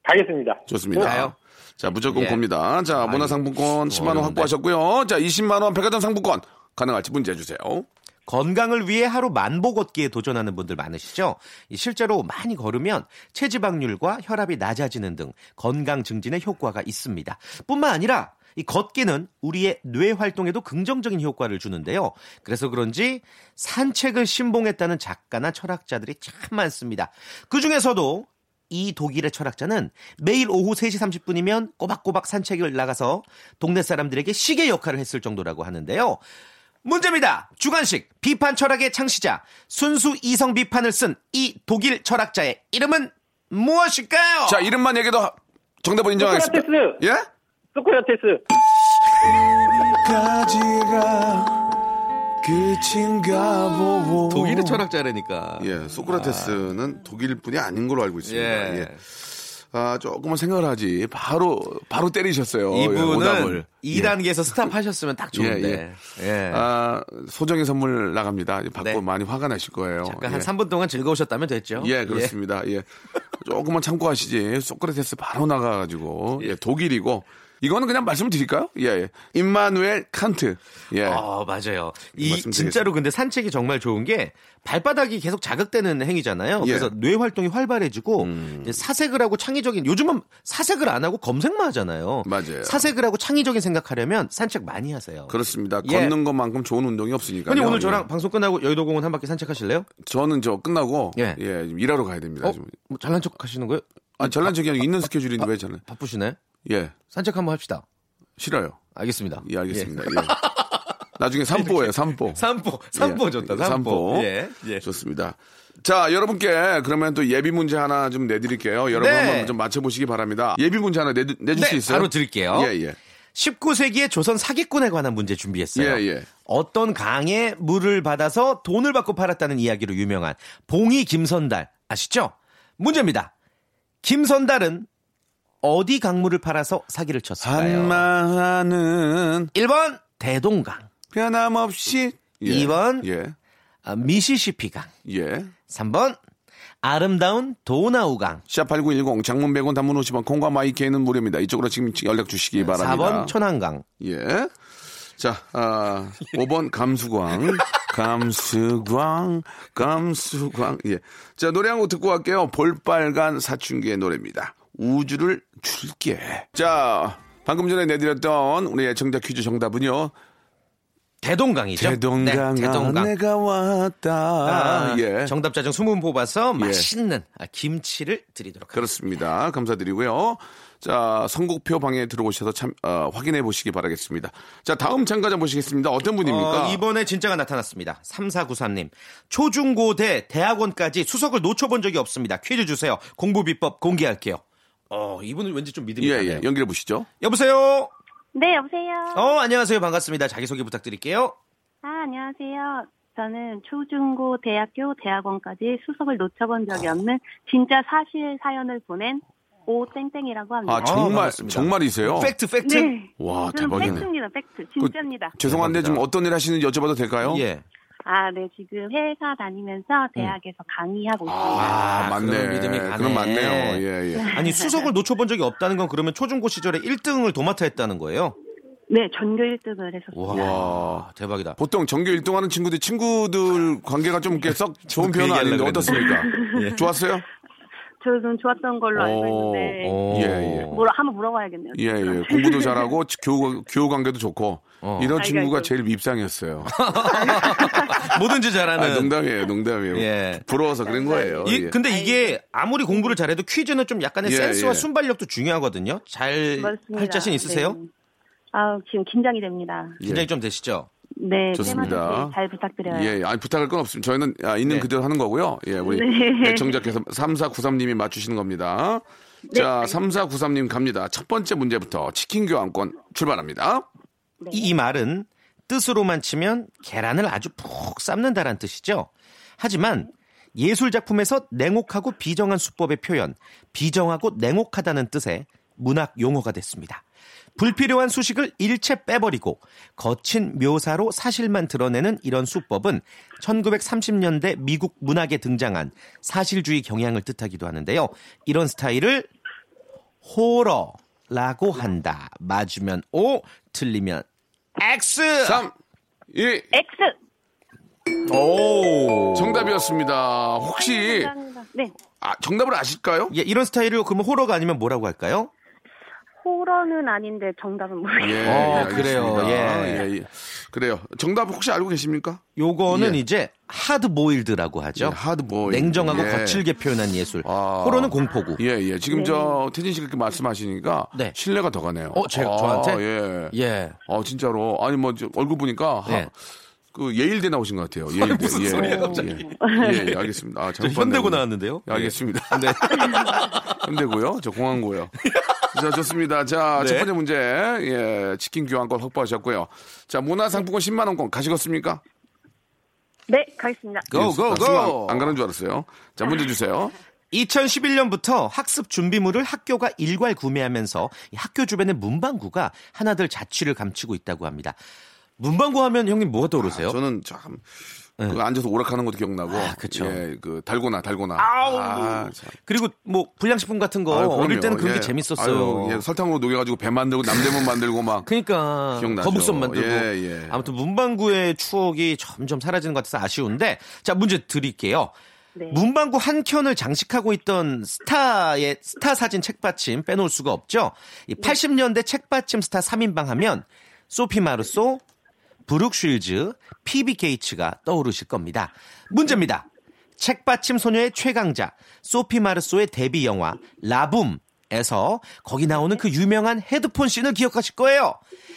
가겠습니다.
좋습니다.
가요?
자, 무조건
예.
봅니다. 자, 문화상품권 10만원
어려운데.
확보하셨고요. 자, 20만원 백화점 상품권. 가능할지 문제 주세요.
건강을 위해 하루 만보 걷기에 도전하는 분들 많으시죠? 이 실제로 많이 걸으면 체지방률과 혈압이 낮아지는 등 건강 증진에 효과가 있습니다. 뿐만 아니라 이 걷기는 우리의 뇌 활동에도 긍정적인 효과를 주는데요. 그래서 그런지 산책을 신봉했다는 작가나 철학자들이 참 많습니다. 그 중에서도 이 독일의 철학자는 매일 오후 3시 30분이면 꼬박꼬박 산책을 나가서 동네 사람들에게 시계 역할을 했을 정도라고 하는데요. 문제입니다. 주관식 비판 철학의 창시자 순수 이성 비판을 쓴 이 독일 철학자의 이름은 무엇일까요?
자, 이름만 얘기도 하- 정답은 인정하겠습니다.
소크라테스!
예?
소크라테스!
가지가 끝인가 보고
독일의 철학자라니까.
예, 소크라테스는 독일 분이 아닌 걸로 알고 있습니다.
예.
예. 아, 조금만 생각을 하지. 바로, 바로 때리셨어요. 예,
이분은
오답을. 예.
2단계에서 스탑하셨으면 딱 좋은데. 예.
아, 소정의 선물 나갑니다. 받고
네.
많이 화가 나실 거예요.
잠깐
예.
한 3분 동안 즐거우셨다면 됐죠.
예, 그렇습니다. 예. 조금만 참고하시지. 소크라테스 바로 나가가지고. 예, 독일이고. 이거는 그냥 말씀드릴까요? 예, 예. 임마누엘 칸트. 예.
어, 맞아요. 이
말씀드리겠습니다.
진짜로 근데 산책이 정말 좋은 게 발바닥이 계속 자극되는 행위잖아요.
예. 음.
그래서 뇌 활동이 활발해지고 이제 사색을 하고 창의적인 요즘은 사색을 안 하고 검색만 하잖아요.
맞아요.
사색을 하고 창의적인 생각하려면 산책 많이 하세요.
그렇습니다.
예.
걷는 것만큼 좋은 운동이 없으니까.
형님 오늘 저랑 방송 끝나고 여의도공원 한 바퀴 산책하실래요?
저는 저 끝나고.
예.
예. 지금 일하러 가야 됩니다.
어?
지금.
뭐 잘난 척 하시는 거예요?
아, 잘난 척이 아니라 있는 스케줄인데 왜 저는.
바쁘시네.
예.
산책 한번 합시다.
싫어요.
알겠습니다.
예, 알겠습니다. 예. 나중에 삼보예요, 삼보.
삼보, 삼보 좋다.
예,
삼보. 예, 예.
좋습니다. 자, 여러분께 그러면 또 예비 문제 하나 좀 내드릴게요. 여러분
네.
한번 좀 맞춰보시기 바랍니다. 예비 문제 하나 내, 내줄
네,
수 있어요?
바로 드릴게요.
예, 예.
19세기의 조선 사기꾼에 관한 문제 준비했어요.
예, 예.
어떤 강에 물을 받아서 돈을 받고 팔았다는 이야기로 유명한 봉이 김선달 아시죠? 문제입니다. 김선달은 어디 강물을 팔아서 사기를
네.
쳤을까요?
한마하는
1번 대동강,
변함없이. 예.
이번.
예.
아, 미시시피강,
예.
3번 아름다운 도나우강,
샵8910 장문 100원 단문 50원 콩과 마이케이는 무료입니다. 이쪽으로 지금 연락
네,
주시기 바랍니다.
4번 천안강.
예. 자, 아, 5번 감수광. 감수광, 감수광. 예. 자, 노래 한 곡 듣고 갈게요. 볼빨간 사춘기의 노래입니다. 우주를 줄게. 자, 방금 전에 내드렸던 우리 애청자 퀴즈 정답은요.
대동강이죠.
대동강,
네, 대동강.
내가 왔다.
아,
예.
정답자 중 20분 뽑아서 맛있는 아, 김치를 드리도록
그렇죠. 그렇습니다. 감사드리고요. 자, 선곡표 방에 들어오셔서 참, 어, 확인해 보시기 바라겠습니다. 자, 다음 참가자 모시겠습니다. 어떤 분입니까?
어, 이번에 진짜가 나타났습니다. 3493님. 초중고대 대학원까지 수석을 놓쳐본 적이 없습니다. 퀴즈 주세요. 공부 비법 공개할게요. 어, 이분은 왠지 좀 믿음이
예,
가네요.
예. 연결해 보시죠.
여보세요?
네, 여보세요.
어, 안녕하세요. 반갑습니다. 자기소개 부탁드릴게요.
아, 안녕하세요. 저는 초중고 대학교 대학원까지 수석을 놓쳐본 적이 없는 진짜 사실 사연을 보낸 오땡땡이라고 합니다.
아, 정말,
반갑습니다.
정말이세요?
팩트, 팩트?
네.
와,
저는
대박이네.
팩트입니다. 팩트. 진짜입니다.
죄송한데
대박이다.
좀 어떤 일 하시는지 여쭤봐도 될까요?
예.
아, 네. 지금 회사 다니면서 대학에서 강의하고 있습니다.
아,
그럼
맞네.
믿음이 가네.
그럼 맞네요. 예, 예.
아니, 수석을 놓쳐본 적이 없다는 건 그러면 초중고 시절에 1등을 도맡아 했다는 거예요? 아,
네, 전교 1등을 했었어요.
와.
대박이다.
보통 전교 1등 하는 친구들, 친구들 관계가 좀 이렇게
(laughs)
썩 좋은
그
편은
얘기하려고
아닌데
그랬는데.
어떻습니까?
예.
좋았어요?
저는 (laughs) 좋았던 걸로 알고
오,
있는데
어. 오.
예, 예.
뭐라 한번 물어봐야겠네요.
예, 예. 공부도 잘하고 교우, 교우 관계도 좋고 이런
어.
아이고,
친구가
아이고.
제일
(laughs)
밉상이었어요.
뭐든지
아,
잘하는.
농담이에요, 농담이에요.
네. 예.
부러워서 그런 거예요.
이-
예.
근데 이게 아무리 공부를 잘해도 퀴즈는 좀 약간의
예,
센스와
예.
순발력도 중요하거든요. 잘
맞습니다.
할 자신 있으세요?
네. (laughs) 아, 지금 긴장이 됩니다.
굉장히
예.
좀 되시죠?
네,
좋습니다.
테마는 잘 부탁드려요.
예, 예.
네.
아니 부탁할 건 없습니다. 저희는 아, 있는 그대로 하는 거고요. 예, 우리
네.
애청자께서 3493님이 맞추시는 겁니다.
네.
자, 3493님 갑니다. 첫 번째 문제부터 치킨 교환권 출발합니다.
이, 이 말은 뜻으로만 치면 계란을 아주 푹 삶는다란 뜻이죠. 하지만 예술 작품에서 냉혹하고 비정한 수법의 표현, 비정하고 냉혹하다는 뜻의 문학 용어가 됐습니다. 불필요한 수식을 일체 빼버리고 거친 묘사로 사실만 드러내는 이런 수법은 1930년대 미국 문학에 등장한 사실주의 경향을 뜻하기도 하는데요. 이런 스타일을 호러라고 한다. 맞으면 O, 틀리면 X.
3 2
X.
오.
정답이었습니다. 혹시
감사합니다. 네.
아, 정답을 아실까요?
예, 이런 스타일을 그러면 호러가 아니면 뭐라고 할까요?
호러는 아닌데 정답은
예,
모르겠어요.
어,
예,
그래요.
알겠습니다.
예.
그래요. 정답 혹시 알고 계십니까?
요거는
예.
이제 하드 보일드라고 하죠.
예, 하드보이.
냉정하고
예.
거칠게 표현한 예술.
아.
호러는 공포고.
예, 예. 지금
네.
저 태진 씨가 이렇게 말씀하시니까
네.
신뢰가 더 가네요.
어, 제가
아,
저한테?
예.
예.
아, 진짜로. 아니, 뭐, 저 얼굴 보니까. 하-
예.
그 예일대 나오신 것 같아요. 예일대.
무슨
예.
소리예요,
예.
갑자기.
예, 예, 알겠습니다. 아,
저
잘못
현대고
봤네요.
나왔는데요.
예, 알겠습니다.
네.
(laughs) 현대고요. 저 공항고요. 자, 좋습니다. 자,
네.
첫 번째 문제. 예, 치킨 교환권 확보하셨고요. 자, 문화상품권 10만원권 가시겠습니까?
네, 가겠습니다.
고,
예,
고,
나 순간
고.
안 가는 줄 알았어요. 자, 문제 주세요.
2011년부터 학습 준비물을 학교가 일괄 구매하면서 이 학교 주변의 문방구가 하나둘 자취를 감추고 있다고 합니다. 문방구 하면 형님 뭐가 떠오르세요?
아,
네.
저는 참. 그 앉아서 오락하는 것도 기억나고.
아, 그쵸.
예, 그 달고나, 달고나. 아, 참.
그리고 뭐 불량식품 같은 거
아유,
어릴
그럼요.
때는 그런
예.
게 재밌었어요.
아유, 예, 설탕으로 녹여가지고 배 만들고 남대문 만들고 막. (laughs)
그러니까
기억나죠.
거북선 만들고
예, 예.
아무튼 문방구의 추억이 점점 사라지는 것 같아서 아쉬운데 자 문제 드릴게요.
네.
문방구 한 켠을 장식하고 있던 스타의 스타 사진 책받침 빼놓을 수가 없죠. 이 80년대 책받침 스타 3인방 하면 소피 마르소, 브룩 쉴즈, 피비 게이츠가 떠오르실 겁니다. 문제입니다. 책받침 소녀의 최강자 소피 마르소의 데뷔 영화 라붐에서 거기 나오는 그 유명한 헤드폰 씬을 기억하실 거예요.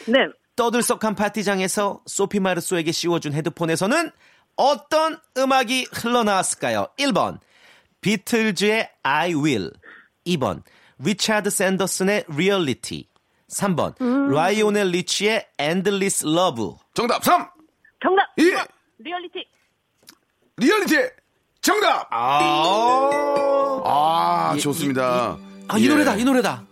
네.
떠들썩한 파티장에서 소피 마르소에게 씌워준 헤드폰에서는 어떤 음악이 흘러나왔을까요? 1번 비틀즈의 I Will 2번 리차드 샌더슨의 Reality 3번 라이오넬 리치의 Endless Love
정답 3!
정답.
2!
리얼리티.
리얼리티! 정답!
아,
아,
예,
좋습니다.
아, 이
예.
노래다 이 노래다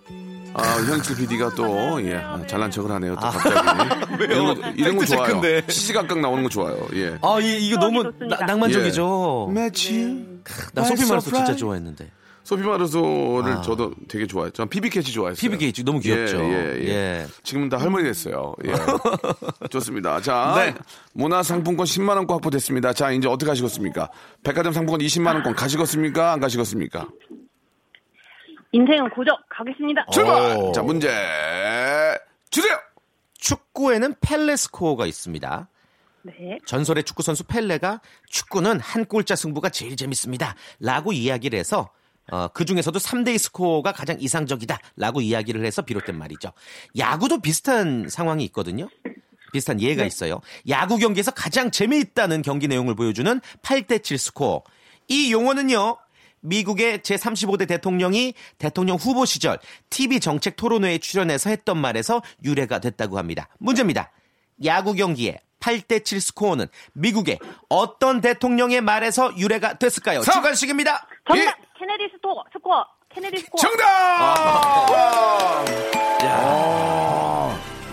아, 현실 PD가 또, 예, 아, 잘난 척을 하네요, 또 갑자기.
(laughs) 왜요?
이런 거, 이런 거
팩트
좋아요.
체크인데.
시시각각 나오는 거 좋아요, 예.
아 이,
추억이
이거 너무
돋습니다.
예. 나- 낭만적이죠
매치.
예. 나 소피 마르소 진짜 좋아했는데
소피 마르소를 저도 되게 좋아했죠. 전 피비캣이 좋아했어요.
피비캣이 너무 귀엽죠.
예, 예, 예.
예.
지금은 다 할머니 됐어요. 예.
(laughs)
좋습니다. 자,
네.
문화 상품권 10만 원권 확보됐습니다. 자, 이제 어떻게 하시겠습니까? 백화점 상품권 20만 원권 가시겠습니까? 안 가시겠습니까?
인생은 고적 가겠습니다.
출발! 자, 문제 주세요.
축구에는 펠레 스코어가 있습니다.
네.
전설의 축구 선수 펠레가 축구는 한 골자 승부가 제일 재밌습니다라고 이야기를 해서 어, 그 중에서도 3대2 스코어가 가장 이상적이다라고 이야기를 해서 비롯된 말이죠. 야구도 비슷한 상황이 있거든요. 비슷한 예가 있어요. 야구 경기에서 가장 재미있다는 경기 내용을 보여주는 8대7 스코어. 이 용어는요. 미국의 제35대 대통령이 대통령 후보 시절 TV 정책 토론회에 출연해서 했던 말에서 유래가 됐다고 합니다. 문제입니다. 야구 경기에 8대7 스코어는 미국의 어떤 대통령의 말에서 유래가 됐을까요? 주관식입니다.
정답
예.
케네디 스토어 스코어 케네디 스코어
아.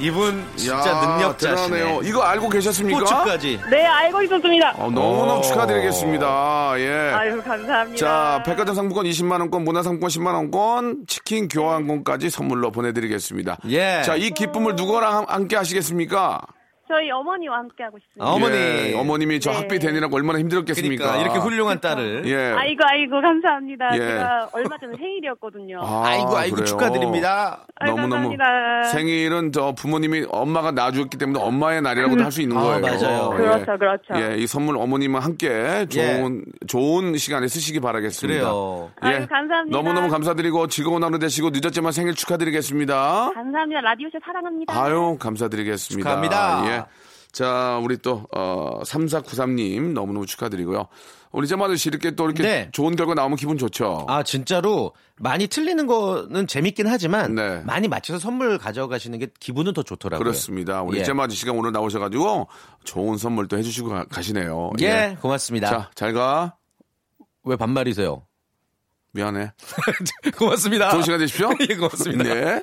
이분 진짜
야,
능력자시네. 예,
대단하네요. 이거 알고 계셨습니까?
고추까지.
네, 알고 있었습니다.
어, 너무너무
오.
축하드리겠습니다. 예.
아유, 감사합니다.
자, 백화점 상품권 20만 원권, 문화 상품권 10만 원권, 치킨 교환권까지 선물로 보내드리겠습니다.
예.
자, 이 기쁨을 누구랑 함- 함께 하시겠습니까?
저희 어머니와 함께 하고 싶습니다.
어머니. 네.
예, 어머님이 저 학비 대느라고 얼마나 힘들었겠습니까?
그러니까 이렇게 훌륭한 딸을.
예.
아이고 아이고 감사합니다.
예.
제가 얼마 전에 (laughs) 생일이었거든요.
아이고, 아이고,
그래요?
축하드립니다.
아유,
너무너무
감사합니다.
생일은 저 부모님이 엄마가 낳아주었기 때문에 엄마의 날이라고도 할 수 있는
아,
거예요.
맞아요. 예.
예.
음. 그렇죠, 그렇죠.
예, 이 선물 어머님과 함께 좋은 좋은 시간에 쓰시기 바라겠습니다.
그래요.
예.
아유, 감사합니다.
너무너무 감사드리고 즐거운 하루 되시고 늦었지만 생일 축하드리겠습니다.
감사합니다. 라디오쇼 사랑합니다.
아유, 감사드리겠습니다.
축하합니다.
예. 자, 우리 또, 어, 3493님 너무너무 축하드리고요. 우리 제마드 씨 이렇게 또 이렇게
네.
좋은 결과 나오면 기분 좋죠.
아 진짜로 많이 틀리는 거는 재밌긴 하지만
네.
많이 맞춰서 선물 가져가시는 게 기분은 더 좋더라고요.
그렇습니다. 우리
예.
제마드 씨가 오늘 나오셔가지고 좋은 선물 또 해주시고 가- 가시네요.
예, 고맙습니다.
자, 잘 가.
왜 반말이세요? (laughs)
미안해.
고맙습니다.
좋은 시간 되십시오.
(laughs) 예, 고맙습니다.
네.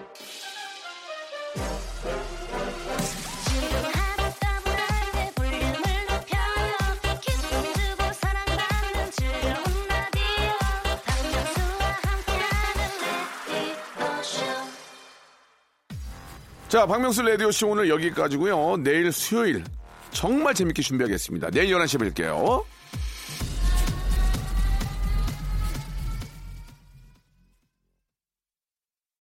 자, 박명수 라디오 씨 오늘 여기까지고요. 내일 수요일 정말 재밌게 준비하겠습니다. 내일 11시에 뵐게요.